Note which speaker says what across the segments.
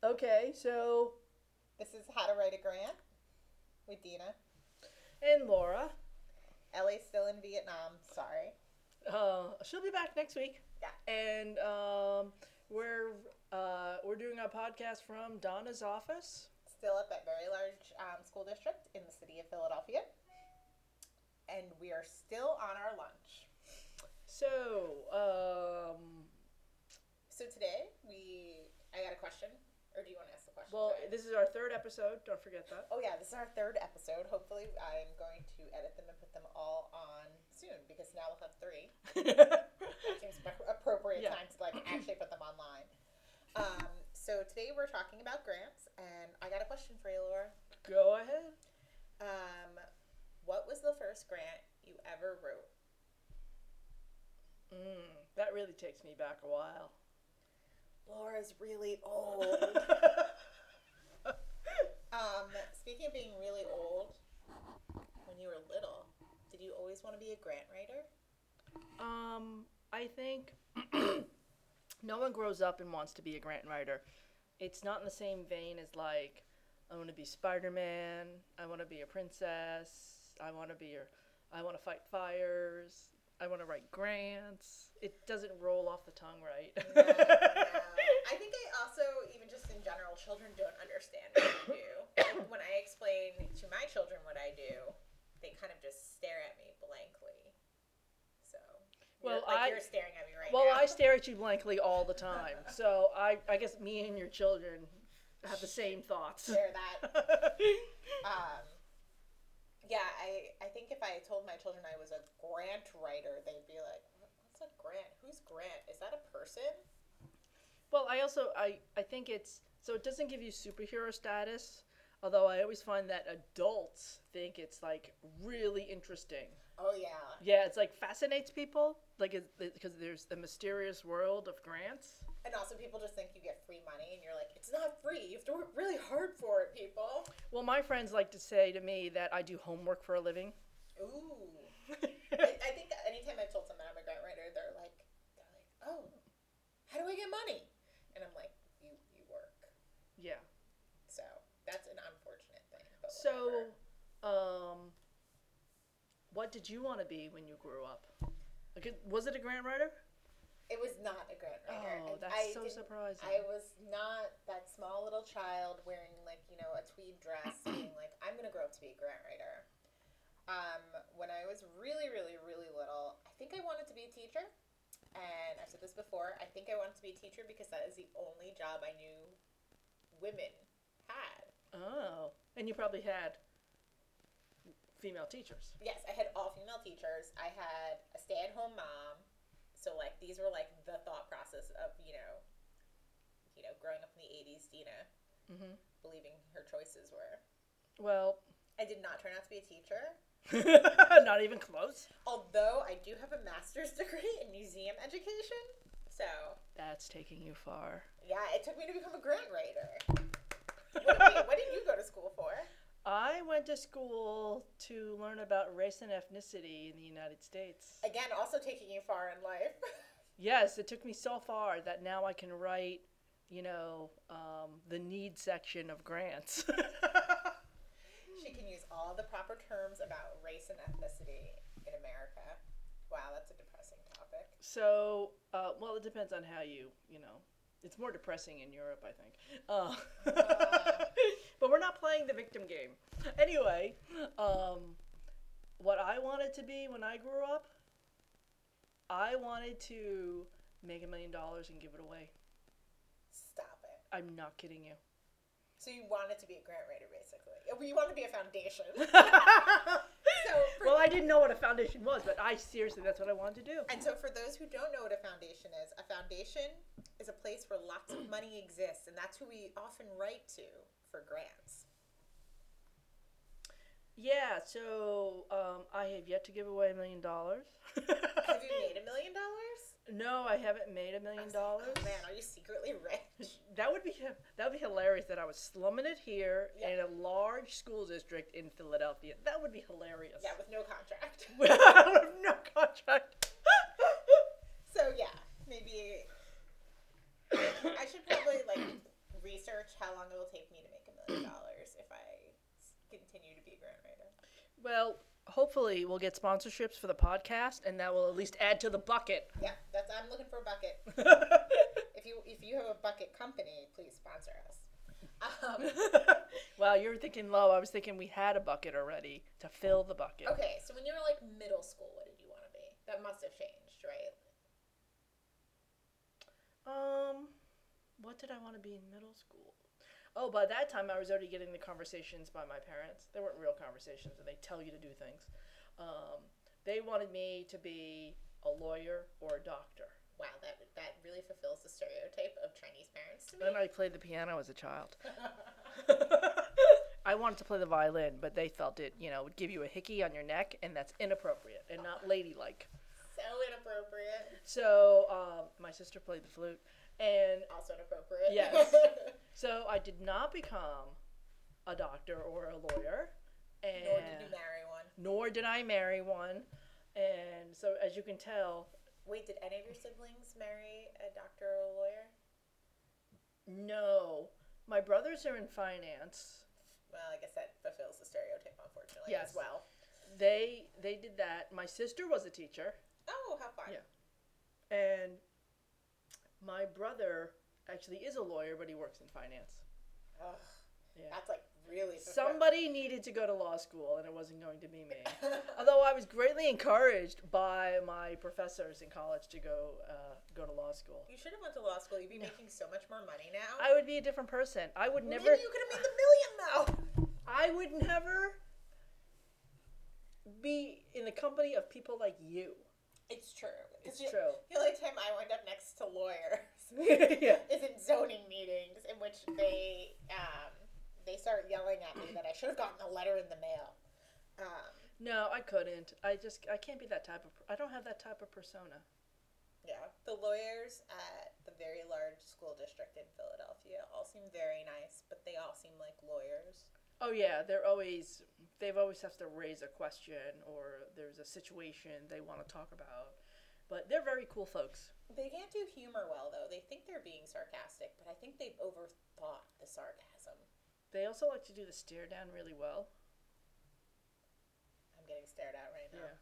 Speaker 1: Okay, so
Speaker 2: This is How to Write a Grant with Dina.
Speaker 1: and Laura,
Speaker 2: Ellie's still in Vietnam. Sorry.
Speaker 1: uh, she'll be back next week.
Speaker 2: Yeah.
Speaker 1: And um, we're uh, we're doing our podcast from Donna's office.
Speaker 2: Still up at very large um, school district in the city of Philadelphia. And we are still on our lunch.
Speaker 1: So um,
Speaker 2: So today we, I got a question, or do you want to ask the question?
Speaker 1: well,
Speaker 2: today?
Speaker 1: this is our third episode. Don't forget that.
Speaker 2: Oh yeah, this is our third episode. Hopefully, I'm going to edit them and put them all on soon because now we'll have three. That seems appro- appropriate
Speaker 1: Yeah.
Speaker 2: time to like actually put them online. Um, so today we're talking about grants, and I got a question for you, Laura.
Speaker 1: Go ahead.
Speaker 2: Um, what was the first grant you ever wrote?
Speaker 1: Mm, that really takes me back a while.
Speaker 2: Laura's really old. um, speaking of being really old, when you were little, did you always want to be a grant writer?
Speaker 1: Um, I think no one grows up and wants to be a grant writer. It's not in the same vein as like I want to be Spider-Man, I want to be a princess, I want to be a, I want to fight fires, I want to write grants. It doesn't roll off the tongue right.
Speaker 2: No, no. I think I also, even just in general, children don't understand what I do. Like, when I explain to my children what I do, they kind of just stare at me blankly. So,
Speaker 1: Well,
Speaker 2: you're, like
Speaker 1: I-
Speaker 2: you're staring at me right
Speaker 1: well,
Speaker 2: now.
Speaker 1: I stare at you blankly all the time, so I I guess me and your children have the same thoughts.
Speaker 2: share that. Um, yeah, I, I think if I told my children I was a grant writer, they'd be like, "What- what's a grant? Who's grant? Is that a person?
Speaker 1: Well, I also I I think it's so it doesn't give you superhero status, although I always find that adults think it's like really interesting.
Speaker 2: Oh, yeah.
Speaker 1: Yeah, it's like fascinates people, like because there's the mysterious world of grants.
Speaker 2: And also, people just think you get free money, and you're like, it's not free. You have to work really hard for it, people.
Speaker 1: Well, my friends like to say to me that I do homework for a living.
Speaker 2: Ooh. I, I think anytime I've told someone I'm a grant writer, they're like, they're like, oh, how do I get money? And I'm like, you, you work.
Speaker 1: yeah.
Speaker 2: So that's an unfortunate thing. But
Speaker 1: So,
Speaker 2: whatever.
Speaker 1: um, what did you want to be when you grew up? Like, it- was it a grant writer?
Speaker 2: it was not a grant writer.
Speaker 1: Oh,
Speaker 2: And
Speaker 1: that's
Speaker 2: I
Speaker 1: so
Speaker 2: didn't-
Speaker 1: surprising.
Speaker 2: I was not that small little child wearing like you know a tweed dress, being like, I'm gonna grow up to be a grant writer. Um, when I was really, really, really little, I think I wanted to be a teacher. And I've said this before. I think I wanted to be a teacher because that is the only job I knew women had.
Speaker 1: oh, and you probably had female teachers.
Speaker 2: Yes, I had all female teachers. I had a stay-at-home mom. So like these were like the thought process of, you know, you know, growing up in the 80s, Dina
Speaker 1: hmm
Speaker 2: believing her choices were.
Speaker 1: Well,
Speaker 2: I did not turn out to be a teacher,
Speaker 1: not even close.
Speaker 2: although I do have a master's degree in museum education. So,
Speaker 1: That's taking you far.
Speaker 2: yeah, it took me to become a grant writer. What, wait, what did you go to school for?
Speaker 1: I went to school to learn about race and ethnicity in the United States.
Speaker 2: Again, also taking you far in life.
Speaker 1: Yes, it took me so far that now I can write, you know, um, the need section of grants.
Speaker 2: she can use all the proper terms about race and ethnicity in America. Wow, that's a depressing topic.
Speaker 1: so, uh, well, it depends on how you, you know, it's more depressing in Europe, I think. Uh, but we're not playing the victim game. Anyway, um, what I wanted to be when I grew up, I wanted to make a million dollars and give it away.
Speaker 2: Stop it.
Speaker 1: I'm not kidding you.
Speaker 2: So you wanted to be a grant writer, basically. You wanted to be a foundation. so for
Speaker 1: Well, I didn't know what a foundation was, but I seriously, that's what I wanted to do.
Speaker 2: And so, for those who don't know what a foundation is, a foundation is a place where lots of money exists, and that's who we often write to for grants.
Speaker 1: Yeah, so um, I have yet to give away a million dollars.
Speaker 2: Have you made a million dollars?
Speaker 1: No, I haven't made a million dollars.
Speaker 2: Oh man, are you secretly rich?
Speaker 1: That would be that would be hilarious that I was slumming it here
Speaker 2: Yeah.
Speaker 1: in a large school district in Philadelphia. That would be hilarious.
Speaker 2: Yeah, with no contract.
Speaker 1: I have no contract.
Speaker 2: So yeah, maybe I should probably like research how long it will take me to make a million dollars if I s- continue to be a grant writer.
Speaker 1: Well, hopefully we'll get sponsorships for the podcast, and that will at least add to the bucket.
Speaker 2: Yeah, that's I'm looking for a bucket. If you if you have a bucket company, please sponsor us. Um,
Speaker 1: wow, you're thinking low. I was thinking we had a bucket already to fill the bucket.
Speaker 2: okay, so when you were like middle school, what did you want to be? That must have changed, right?
Speaker 1: Um, what did I want to be in middle school? Oh, by that time I was already getting the conversations by my parents. They weren't real conversations, and they tell you to do things. Um, they wanted me to be a lawyer or a doctor,
Speaker 2: Wow, that that really fulfills the stereotype of Chinese parents to me.
Speaker 1: and I played the piano as a child. I wanted to play the violin, but they felt it, you know, would give you a hickey on your neck, and that's inappropriate and not ladylike.
Speaker 2: so inappropriate.
Speaker 1: So um, my sister played the flute, and
Speaker 2: Also inappropriate.
Speaker 1: Yes. so I did not become a doctor or a lawyer, and
Speaker 2: Nor did you marry one.
Speaker 1: nor did I marry one. And so, as you can tell,
Speaker 2: Wait, did any of your siblings marry a doctor or a lawyer?
Speaker 1: no, my brothers are in finance.
Speaker 2: Well, I guess that fulfills the stereotype, unfortunately,
Speaker 1: Yes.
Speaker 2: as well.
Speaker 1: They they did that. My sister was a teacher,
Speaker 2: Oh, how fun.
Speaker 1: Yeah. and my brother actually is a lawyer, but he works in finance.
Speaker 2: Ugh,
Speaker 1: Yeah.
Speaker 2: That's like really fulfill-
Speaker 1: Somebody needed to go to law school, and it wasn't going to be me. Although I was greatly encouraged by my professors in college to go uh, go to law school,
Speaker 2: you should have went to law school. You'd be making so much more money now.
Speaker 1: I would be a different person. I would
Speaker 2: Maybe
Speaker 1: never.
Speaker 2: you could have made the million though.
Speaker 1: I would never be in the company of people like you.
Speaker 2: It's true. 'Cause
Speaker 1: It's
Speaker 2: you-
Speaker 1: true.
Speaker 2: The only time I wind up next to lawyers
Speaker 1: yeah.
Speaker 2: is in zoning meetings in which they um, they start yelling at me that I should have gotten a letter in the mail. Um,
Speaker 1: No, I couldn't. I just I can't be that type of. I don't have that type of persona.
Speaker 2: Yeah, the lawyers at the very large school district in Philadelphia all seem very nice, but they all seem like lawyers.
Speaker 1: Oh yeah, they're always they've always have to raise a question or there's a situation they want to talk about. But they're very cool folks.
Speaker 2: They can't do humor well, though. They think they're being sarcastic, but I think they've overthought the sarcasm.
Speaker 1: They also like to do the stare down really well.
Speaker 2: I'm getting stared at right now.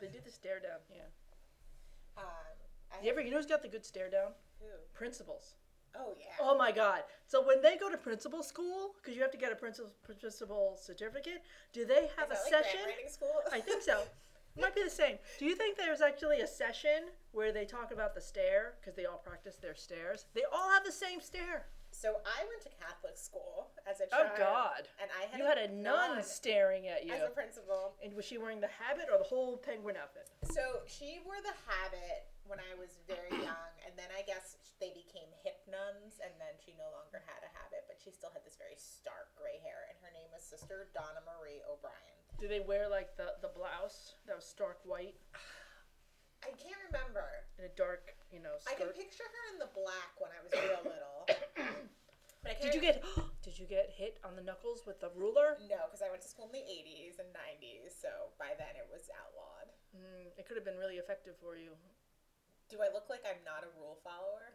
Speaker 1: They do the stare down, yeah.
Speaker 2: Um, I
Speaker 1: You ever you know who's got the good stare down?
Speaker 2: who?
Speaker 1: Principals.
Speaker 2: Oh yeah.
Speaker 1: Oh my God! So when they go to principal school, because you have to get a principal principal certificate, do they have a
Speaker 2: Is that like
Speaker 1: session?
Speaker 2: Grant writing school?
Speaker 1: I think so. Might be the same. Do you think there's actually a session where they talk about the stare because they all practice their stares? They all have the same stare.
Speaker 2: so I went to Catholic school as a
Speaker 1: Oh
Speaker 2: child.
Speaker 1: God!
Speaker 2: And I had
Speaker 1: You had a nun staring at you,
Speaker 2: as a principal.
Speaker 1: and was she wearing the habit or the whole penguin outfit?
Speaker 2: So she wore the habit when I was very young, and then I guess they became hip nuns, and then she no longer had a habit, but she still had this very stark gray hair, and her name was Sister Donna Marie O'Brien.
Speaker 1: Do they wear like the the blouse that was stark white
Speaker 2: I can't remember.
Speaker 1: and a dark, you know,
Speaker 2: I
Speaker 1: skirt?
Speaker 2: can picture her in the black when I was real little. But I can't
Speaker 1: Did you get did you get hit on the knuckles with the ruler?
Speaker 2: No, because I went to school in the 80s and 90s, so by then it was outlawed.
Speaker 1: Mm, it could have been really effective for you.
Speaker 2: Do I look like I'm not a rule follower?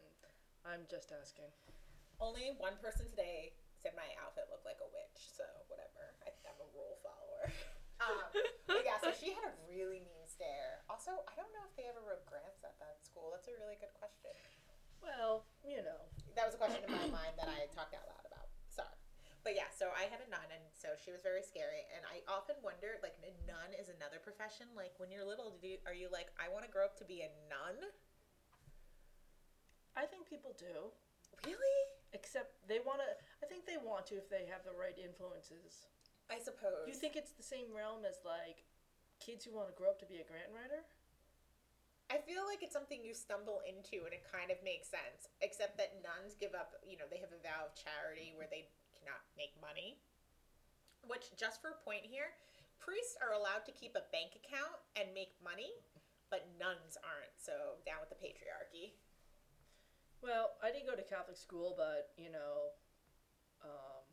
Speaker 1: I'm just asking.
Speaker 2: Only one person today said my outfit looked like a witch, so whatever. I, I'm a rule follower. Um, but yeah, so she had a really mean stare. Also, I don't know if they ever wrote grants at that school. That's a really good question.
Speaker 1: Well, you know.
Speaker 2: That was a question in my mind that I talked out loud about. Sorry. But yeah, so I had a nun, and so she was very scary. And I often wondered, like, a nun is another profession. Like, when you're little, do you, are you like, I want to grow up to be a nun?
Speaker 1: I think people do,
Speaker 2: Really?
Speaker 1: except they want to. I think they want to if they have the right influences.
Speaker 2: I suppose.
Speaker 1: You think it's the same realm as like kids who want to grow up to be a grant writer?
Speaker 2: I feel like it's something you stumble into and it kind of makes sense, except that nuns give up, you know, they have a vow of charity where they cannot make money. Which, just for a point here, priests are allowed to keep a bank account and make money, but nuns aren't. So, down with the patriarchy.
Speaker 1: Well, I didn't go to Catholic school, but you know, um,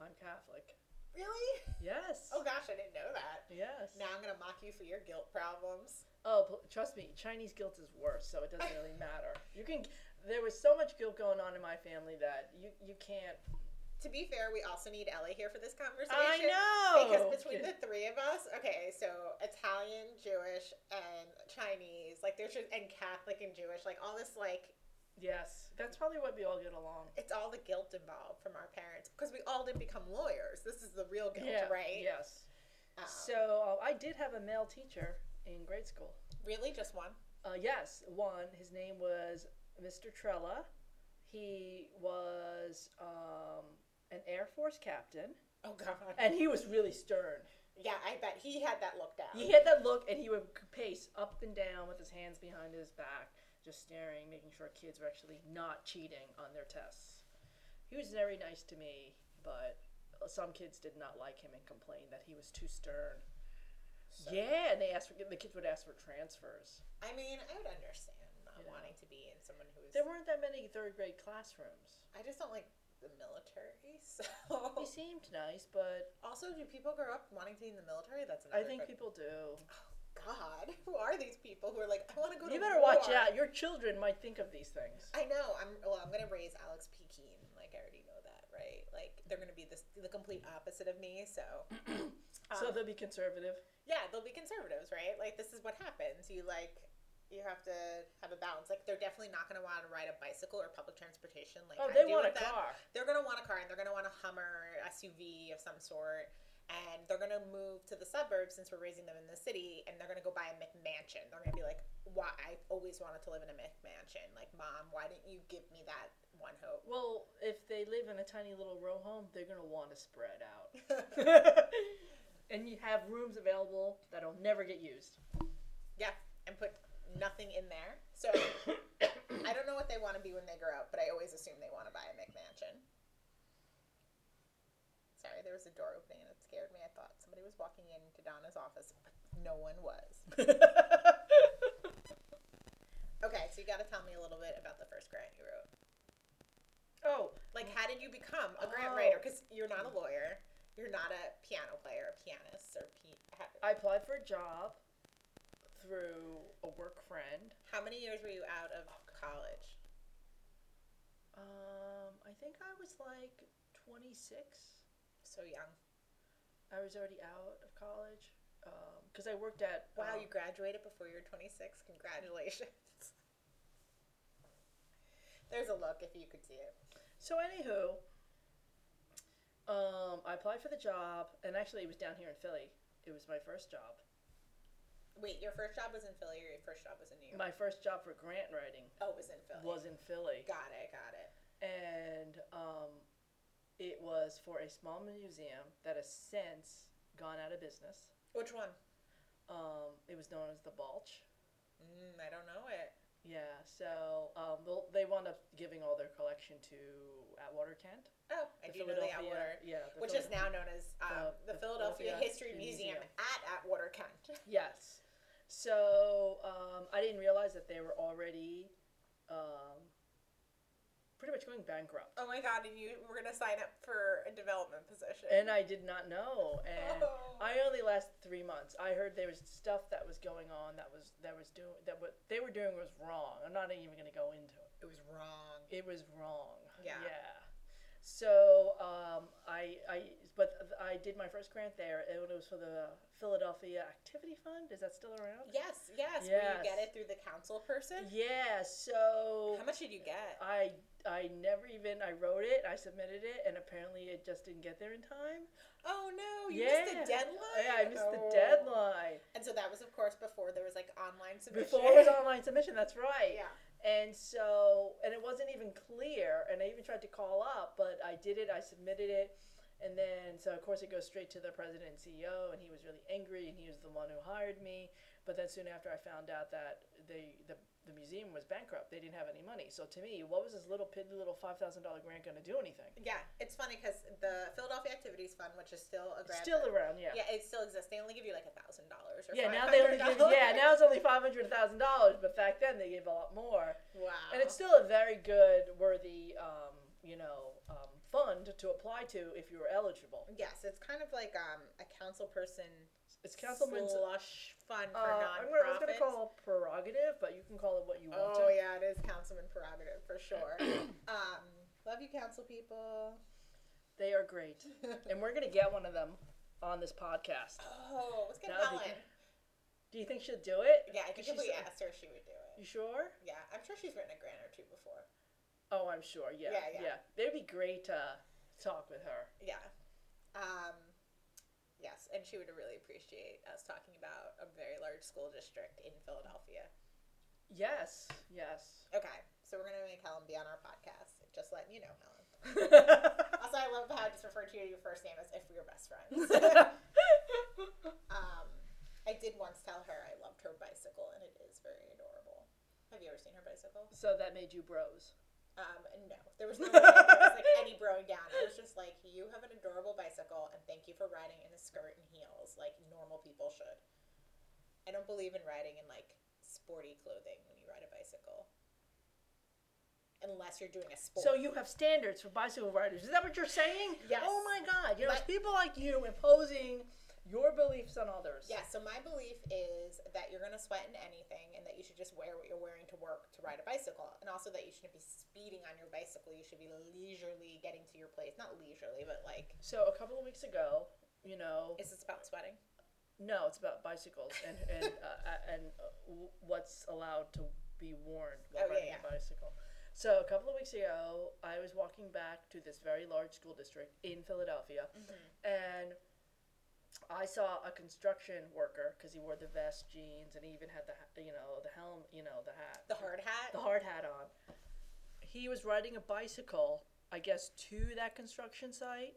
Speaker 1: I'm Catholic.
Speaker 2: Really?
Speaker 1: Yes.
Speaker 2: Oh gosh, I didn't know that.
Speaker 1: Yes.
Speaker 2: Now I'm going to mock you for your guilt problems.
Speaker 1: Oh, pl- trust me, Chinese guilt is worse, so it doesn't really matter. You can there was so much guilt going on in my family that you you can't.
Speaker 2: To be fair, we also need Ellie here for this conversation.
Speaker 1: I know.
Speaker 2: Because between the three of us, okay, so Italian, Jewish, and Chinese, like there's just and Catholic and Jewish, like all this, like
Speaker 1: yes, that's probably what we all get along.
Speaker 2: it's all the guilt involved from our parents because we all didn't become lawyers. This is the real guilt,
Speaker 1: yeah.
Speaker 2: right?
Speaker 1: Yes.
Speaker 2: Um,
Speaker 1: So uh, I did have a male teacher in grade school.
Speaker 2: really, just one.
Speaker 1: Uh, yes, one. His name was Mr. Trella. He was um, an Air Force captain,
Speaker 2: Oh God.
Speaker 1: and he was really stern.
Speaker 2: Yeah, I bet he had that look down.
Speaker 1: He had that look, and he would pace up and down with his hands behind his back, just staring, making sure kids were actually not cheating on their tests. He was very nice to me, but some kids did not like him and complained that he was too stern.
Speaker 2: So-
Speaker 1: Yeah, and they asked for the kids would ask for transfers.
Speaker 2: I mean, I would understand not
Speaker 1: Yeah.
Speaker 2: wanting to be in someone who's.
Speaker 1: There weren't that many third grade classrooms.
Speaker 2: I just don't like the military. So
Speaker 1: He seemed nice, but
Speaker 2: also, do people grow up wanting to be in the military? That's
Speaker 1: I
Speaker 2: another
Speaker 1: think
Speaker 2: que-
Speaker 1: people do.
Speaker 2: God, who are these people who are like, I want to go to
Speaker 1: You better watch
Speaker 2: war."
Speaker 1: out. Your children might think of these things.
Speaker 2: I know. I'm well. I'm gonna raise Alex P. Keen. Like I already know that, right? Like they're gonna be this, the complete opposite of me. So,
Speaker 1: So
Speaker 2: um,
Speaker 1: they'll be conservative.
Speaker 2: yeah, they'll be conservatives, right? Like this is what happens. You like you have to have a balance. Like they're definitely not gonna want to ride a bicycle or public transportation. Like
Speaker 1: Oh,
Speaker 2: I
Speaker 1: they
Speaker 2: do
Speaker 1: want a
Speaker 2: with them.
Speaker 1: car.
Speaker 2: They're gonna want a car and they're gonna want a Hummer SUV of some sort. And they're gonna move to the suburbs since we're raising them in the city, and they're gonna go buy a McMansion. They're gonna be like, "Why? I always wanted to live in a McMansion. Like, mom, why didn't you give me that one hope?"
Speaker 1: Well, if they live in a tiny little row home, they're going to want to spread out. and you have rooms available that'll never get used.
Speaker 2: yeah, and put nothing in there. So I don't know what they want to be when they grow up, but I always assume they want to buy a McMansion. Sorry, there was a door opening and it scared me. I thought somebody was walking into Donna's office, but no one was. Okay, so you got to tell me a little bit about the first grant you wrote.
Speaker 1: oh,
Speaker 2: Like, how did you become a grant
Speaker 1: Oh.
Speaker 2: writer? Because you're not a lawyer, you're not a piano player, a pianist, or p- how,
Speaker 1: I applied for a job through a work friend.
Speaker 2: how many years were you out of college?
Speaker 1: Um, I think I was like 26.
Speaker 2: So young.
Speaker 1: I was already out of college because I worked at.
Speaker 2: Wow,
Speaker 1: um,
Speaker 2: you graduated before you were 26. Congratulations. There's a look if you could see it.
Speaker 1: so anywho, um, I applied for the job, and actually it was down here in Philly. It was my first job.
Speaker 2: Wait, your first job was in Philly or your first job was in New York?
Speaker 1: My first job for grant writing
Speaker 2: oh, it was in Philly.
Speaker 1: was in Philly,
Speaker 2: Got it, got it.
Speaker 1: and um, it was for a small museum that has since gone out of business.
Speaker 2: Which one?
Speaker 1: Um, it was known as the Balch.
Speaker 2: Mm, I don't know it.
Speaker 1: Yeah, so um, well, they wound up giving all their collection to Atwater Kent.
Speaker 2: Oh, I do know the Atwater,
Speaker 1: Yeah, the
Speaker 2: which is now known as um,
Speaker 1: The-
Speaker 2: the,
Speaker 1: the
Speaker 2: Philadelphia,
Speaker 1: Philadelphia
Speaker 2: History Museum,
Speaker 1: Museum.
Speaker 2: at Atwater Kent.
Speaker 1: Yes. So um, I didn't realize that they were already um, pretty much going bankrupt,
Speaker 2: Oh my god, and you were going to sign up for a development position.
Speaker 1: and I did not know. And
Speaker 2: Oh.
Speaker 1: I only lasted three months. I heard there was stuff that was going on that was that was doing that what they were doing was wrong. I'm not even going to go into it.
Speaker 2: it was wrong.
Speaker 1: It was wrong.
Speaker 2: Yeah.
Speaker 1: Yeah. So um, I I but I did my first grant there, and it was for the Philadelphia Activity Fund. Is that still around?
Speaker 2: Yes, yes, Where
Speaker 1: Yes.
Speaker 2: you get it through the council person.
Speaker 1: Yeah. So
Speaker 2: How much did you get?
Speaker 1: I I never even I wrote it, I submitted it, and apparently it just didn't get there in time.
Speaker 2: Oh no, you missed the deadline.
Speaker 1: Yeah, I missed
Speaker 2: Oh.
Speaker 1: the deadline
Speaker 2: And so that was, of course, before there was like online submission.
Speaker 1: before it was online submission. That's right.
Speaker 2: yeah.
Speaker 1: And so and it wasn't even clear, and I even tried to call up, but I did it. I submitted it. And then, so of course, it goes straight to the president and CEO, and he was really angry, and he was the one who hired me. But then soon after, I found out that they, the, the museum was bankrupt. They didn't have any money. So to me, what was this little piddly little $5,000 grant going to do anything?
Speaker 2: Yeah, it's funny because the Philadelphia Activities Fund, which is still a grant,
Speaker 1: Still
Speaker 2: that-
Speaker 1: around, yeah.
Speaker 2: yeah, it still exists. They only give you like a thousand dollars or
Speaker 1: Yeah, now they only give,
Speaker 2: $500.
Speaker 1: yeah, now it's only five hundred thousand dollars, but back then they gave a lot more,
Speaker 2: wow,
Speaker 1: and it's still a very good, worthy, um, you know, um, fund to apply to if you were eligible.
Speaker 2: yes, it's kind of like um, a council person
Speaker 1: It's Castleman's.
Speaker 2: slush fund
Speaker 1: Uh,
Speaker 2: for
Speaker 1: I'm gonna, I was gonna
Speaker 2: nonprofits.
Speaker 1: call it prerogative, but you can call it what you want
Speaker 2: Oh
Speaker 1: to.
Speaker 2: yeah, it is councilman prerogative for sure. um, love you, council people.
Speaker 1: They are great, and we're gonna get one of them on this podcast.
Speaker 2: oh, let's get
Speaker 1: That would be
Speaker 2: Helen.
Speaker 1: Do you think she'll do it?
Speaker 2: Yeah, I think if
Speaker 1: She's-
Speaker 2: we asked her, she would do it.
Speaker 1: You sure?
Speaker 2: Yeah, I'm sure she's written a grant or two before.
Speaker 1: Oh, I'm sure. Yeah,
Speaker 2: Yeah, yeah.
Speaker 1: yeah. It'd be great to talk with her.
Speaker 2: Yeah. Um, yes, and she would really appreciate us talking about a very large school district in Philadelphia.
Speaker 1: Yes, yes.
Speaker 2: Okay, so we're gonna make Helen be on our podcast. Just letting you know, Helen.
Speaker 1: oh,
Speaker 2: Also, I love how I just referred to you your first name as if we were best friends. um, I did once tell her I loved her bicycle, and it is very adorable. Have you ever seen her bicycle?
Speaker 1: so that made you bros.
Speaker 2: Um, no, there was no way there was like any broing down. It was just like you have an adorable bicycle, and thank you for riding in a skirt and heels like normal people should. I don't believe in riding in like sporty clothing when you ride a bicycle, unless you're doing a sport.
Speaker 1: So you have standards for bicycle riders. Is that what you're saying?
Speaker 2: Yes.
Speaker 1: Oh my God! You know, it's
Speaker 2: My-
Speaker 1: people like you imposing your beliefs on others.
Speaker 2: Yeah, so my belief is that you're going to sweat in anything and that you should just wear what you're wearing to work to ride a bicycle. And also that you shouldn't be speeding on your bicycle. You should be leisurely getting to your place. Not leisurely, but like,
Speaker 1: So a couple of weeks ago, you know,
Speaker 2: is this about sweating?
Speaker 1: no, it's about bicycles and and uh, uh, and uh, w- what's allowed to be worn while
Speaker 2: Oh,
Speaker 1: riding
Speaker 2: yeah, yeah.
Speaker 1: a bicycle. So a couple of weeks ago, I was walking back to this very large school district in Philadelphia,
Speaker 2: Mm-hmm.
Speaker 1: and I saw a construction worker because he wore the vest, jeans, and he even had the ha- you know the helm, you know the hat,
Speaker 2: The hard hat?
Speaker 1: the hard hat on. He was riding a bicycle, I guess, to that construction site,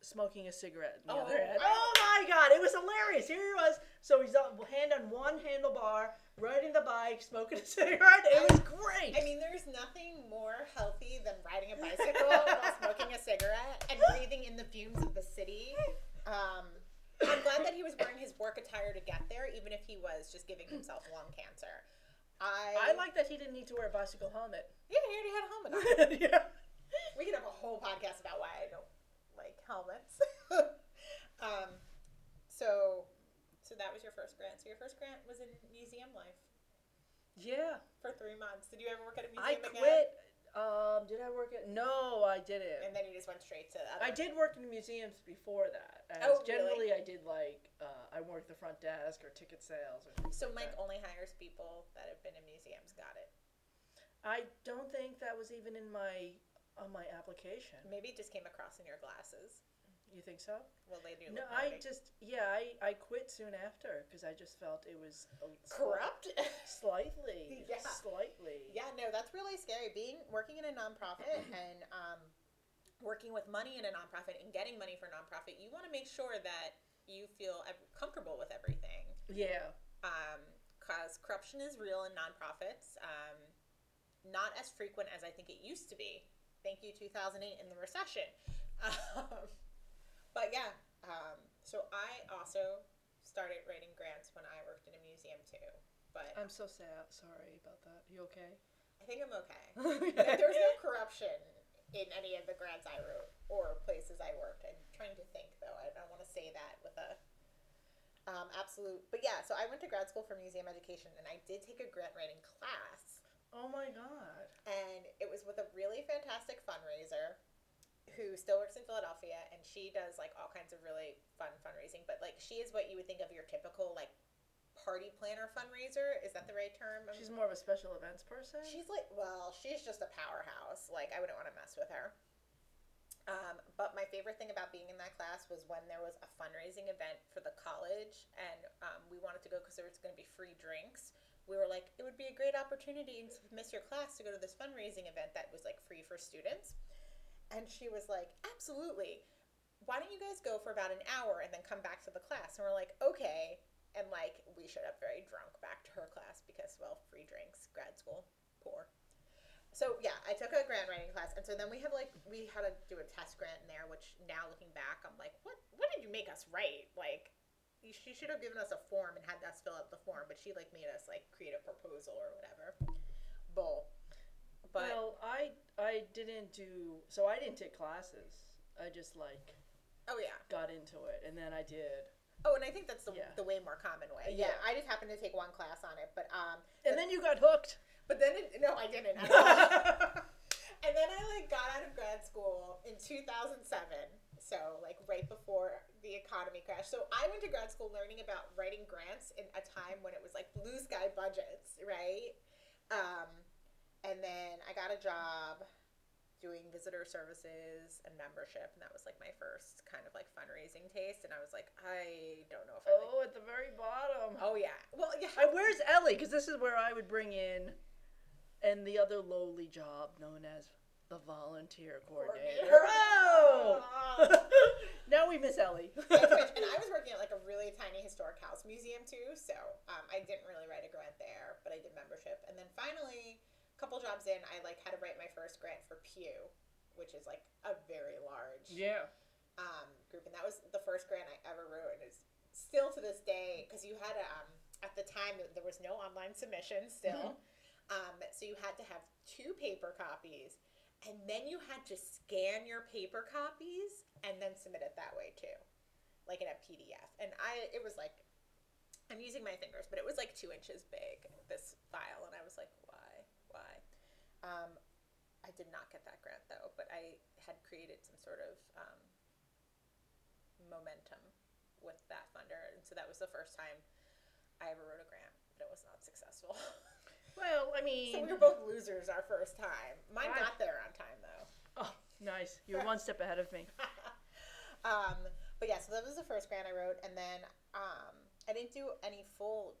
Speaker 1: smoking a cigarette. In the other
Speaker 2: Oh,
Speaker 1: hand.
Speaker 2: I-
Speaker 1: oh my god, it was hilarious. Here he was. So he's on hand on one handlebar, riding the bike, smoking a cigarette. It was great.
Speaker 2: I mean, there's nothing more healthy than riding a bicycle while smoking a cigarette and breathing in the fumes of the city. Um, I'm glad that he was wearing his work attire to get there, even if he was just giving himself lung cancer. I,
Speaker 1: I like that he didn't need to wear a bicycle helmet.
Speaker 2: Yeah, he already had a helmet on.
Speaker 1: yeah.
Speaker 2: We could have a whole podcast about why I don't like helmets. um, so, so that was your first grant. So your first grant was in museum life
Speaker 1: Yeah.
Speaker 2: for three months. Did you ever work at a
Speaker 1: I
Speaker 2: museum again?
Speaker 1: quit. Um, did I work at? No, I didn't.
Speaker 2: And then you just went straight to. Other.
Speaker 1: I did work in museums before that. As
Speaker 2: Oh, really?
Speaker 1: generally, I did like uh, I worked the front desk or ticket sales. Or
Speaker 2: So Mike only hires people that have been in museums. Got it.
Speaker 1: I don't think that was even in my on my application.
Speaker 2: Maybe it just came across in your glasses.
Speaker 1: You think so?
Speaker 2: Well, they do.
Speaker 1: no,
Speaker 2: look
Speaker 1: I
Speaker 2: naughty.
Speaker 1: just yeah, I, I quit soon after because I just felt it was a sli-
Speaker 2: corrupt.
Speaker 1: Slightly,
Speaker 2: Yeah.
Speaker 1: slightly.
Speaker 2: Yeah, no, that's really scary. Being working in a nonprofit and um, working with money in a nonprofit and getting money for a nonprofit, you want to make sure that you feel ev- comfortable with everything.
Speaker 1: yeah.
Speaker 2: Um, Cause corruption is real in nonprofits. Um, not as frequent as I think it used to be. Thank you, 2008 and the recession. Um, but yeah, um, so I also started writing grants when I worked in a museum too. But
Speaker 1: I'm so sad. Sorry about that. You okay?
Speaker 2: I think I'm okay. Like, there was no corruption in any of the grants I wrote or places I worked. I'm trying to think though. I don't want to say that with a um, absolute. But yeah, so I went to grad school for museum education, and I did take a grant writing class,
Speaker 1: oh my god.
Speaker 2: and it was with a really fantastic fundraiser who still works in Philadelphia, and she does like all kinds of really fun fundraising. But like, she is what you would think of your typical like party planner fundraiser. Is that the right term? I'm
Speaker 1: She's more of a special events person.
Speaker 2: She's like, well, she's just a powerhouse. Like, I wouldn't want to mess with her. Um, but my favorite thing about being in that class was when there was a fundraising event for the college, and um, we wanted to go because there was going to be free drinks. We were like, it would be a great opportunity to miss your class to go to this fundraising event that was like free for students. And she was like, absolutely. Why don't you guys go for about an hour and then come back to the class? And we're like, okay. And like, we showed up very drunk back to her class because, well, free drinks, grad school, poor. So yeah, I took a grant writing class, and so then we had like we had to do a test grant in there. Which now looking back, I'm like, what? What did you make us write? Like, you, she should have given us a form and had us fill out the form, but she like made us like create a proposal or whatever. Bull. But
Speaker 1: well, I I didn't do so I didn't take classes. I just like
Speaker 2: Oh yeah.
Speaker 1: got into it, and then I did,
Speaker 2: Oh, and I think that's the,
Speaker 1: Yeah.
Speaker 2: the way more common way.
Speaker 1: Yeah.
Speaker 2: Yeah. I just happened to take one class on it, but um,
Speaker 1: and then you got hooked.
Speaker 2: but then it, no, I didn't. at all. and then I like got out of grad school in 2007, so like right before the economy crashed. So I went to grad school learning about writing grants in a time when it was like blue sky budgets, right? Um, and then I got a job doing visitor services and membership, and that was like my first kind of like fundraising taste. And I was like, I don't know if I like
Speaker 1: Oh, at the very bottom.
Speaker 2: Oh yeah. Well, yeah.
Speaker 1: I, where's Ellie? Because this is where I would bring in, and the other lowly job known as the volunteer coordinator. Oh! now we miss Ellie.
Speaker 2: I switched- and I was working at like a really tiny historic house museum too, so um, I didn't really write a grant there, but I did membership. And then finally, a couple jobs in, I like had to write my first grant for Pew, which is like a very large
Speaker 1: yeah.
Speaker 2: um, group, and that was the first grant I ever wrote, and it's still to this day because you had a, um, at the time there was no online submission still, um, so you had to have two paper copies, and then you had to scan your paper copies and then submit it that way too, like in a PDF, and I it was like. I'm using my fingers, but it was like two inches big, this file, and I was like, why? Why? Um, I did not get that grant though, but I had created some sort of um, momentum with that funder. And so that was the first time I ever wrote a grant, but it was not successful.
Speaker 1: Well, I mean.
Speaker 2: so we were both losers our first time. Mine
Speaker 1: Right.
Speaker 2: got there on time though.
Speaker 1: Oh, nice. You're one step ahead of me.
Speaker 2: Um, but yeah, so that was the first grant I wrote, and then um, I didn't do any full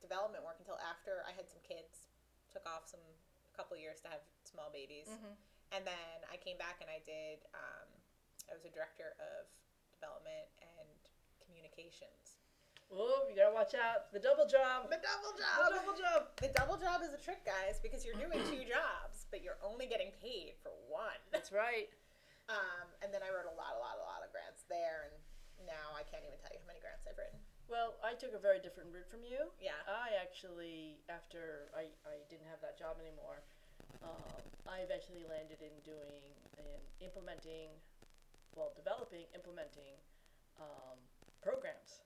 Speaker 2: development work until after I had some kids, took off some a couple years to have small babies,
Speaker 1: Mhm.
Speaker 2: and then I came back and I did. Um, I was a director of development and communications.
Speaker 1: Oh, you gotta watch out. The double job.
Speaker 2: The double
Speaker 1: The
Speaker 2: job.
Speaker 1: double job.
Speaker 2: The double job is a trick, guys, because you're doing two jobs, but you're only getting paid for one.
Speaker 1: That's right.
Speaker 2: Um, and then I wrote a lot, a lot, a lot of grants there, and now I can't even tell you how many grants I've written.
Speaker 1: Well, I took a very different route from you.
Speaker 2: Yeah.
Speaker 1: I actually, after I, I didn't have that job anymore, um, I eventually landed in doing and implementing, well, developing, implementing um, programs.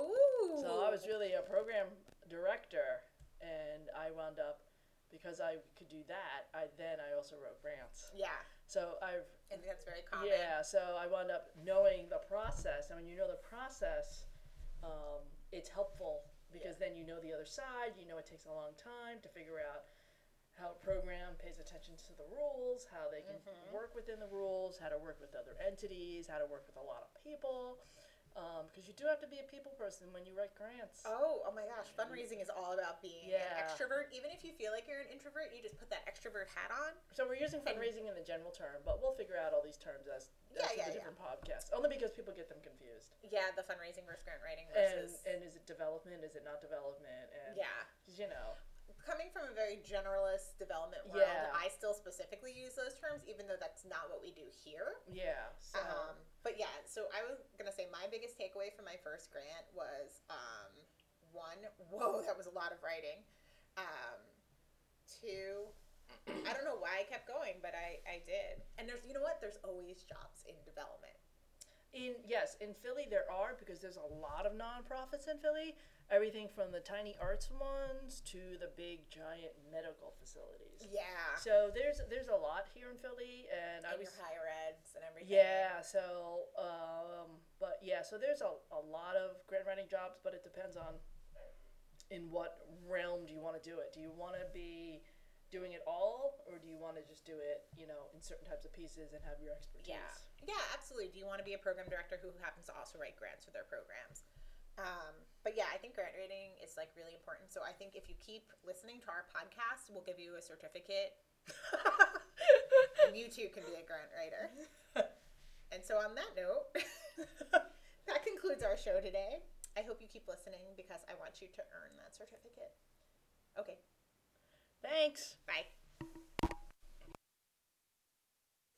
Speaker 2: Ooh.
Speaker 1: So I was really a program director, and I wound up because I could do that. I then I also wrote grants.
Speaker 2: Yeah,
Speaker 1: So I've
Speaker 2: and that's very common.
Speaker 1: yeah, so I wound up knowing the process, and when you know the process, um, it's helpful because then you know the other side. You know it takes a long time to figure out how a program pays attention to the rules, how they can
Speaker 2: Mm-hmm.
Speaker 1: work within the rules, how to work with other entities, how to work with a lot of people. Because you do have to be a people person when you write grants.
Speaker 2: Oh, oh my gosh, fundraising is all about being
Speaker 1: Yeah.
Speaker 2: an extrovert. Even if you feel like you're an introvert, you just put that extrovert hat on.
Speaker 1: So we're using fundraising in the general term, but we'll figure out all these terms as, as to
Speaker 2: Yeah, yeah,
Speaker 1: the
Speaker 2: yeah.
Speaker 1: different podcasts, only because people get them confused.
Speaker 2: Yeah, the fundraising versus grant writing
Speaker 1: and
Speaker 2: versus
Speaker 1: and is it development? Is it not development? And
Speaker 2: yeah.
Speaker 1: you know,
Speaker 2: Coming from a very generalist development world,
Speaker 1: Yeah.
Speaker 2: I still specifically use those terms, even though that's not what we do here.
Speaker 1: yeah. So
Speaker 2: Um, but yeah, so I was gonna say my biggest takeaway from my first grant was um, one, whoa, that was a lot of writing. Um, two, I don't know why I kept going, but I, I did. And there's, you know what? There's always jobs in development.
Speaker 1: in yes, in Philly there are because there's a lot of nonprofits in Philly. Everything from the tiny arts ones to the big giant medical facilities.
Speaker 2: Yeah.
Speaker 1: So there's there's a lot here in Philly, and I
Speaker 2: and
Speaker 1: was
Speaker 2: your higher eds and everything.
Speaker 1: yeah. So um, but yeah, so there's a, a lot of grant writing jobs, but it depends on in what realm do you want to do it. Do you want to be doing it all, or do you want to just do it, you know, in certain types of pieces and have your expertise?
Speaker 2: Yeah. Yeah, absolutely. Do you want to be a program director who happens to also write grants for their programs? Um, but yeah, I think grant writing is like really important. So I think if you keep listening to our podcast, we'll give you a certificate. and you too can be a grant writer. And so on that note, that concludes our show today. I hope you keep listening because I want you to earn that certificate. Okay,
Speaker 1: Thanks.
Speaker 2: bye.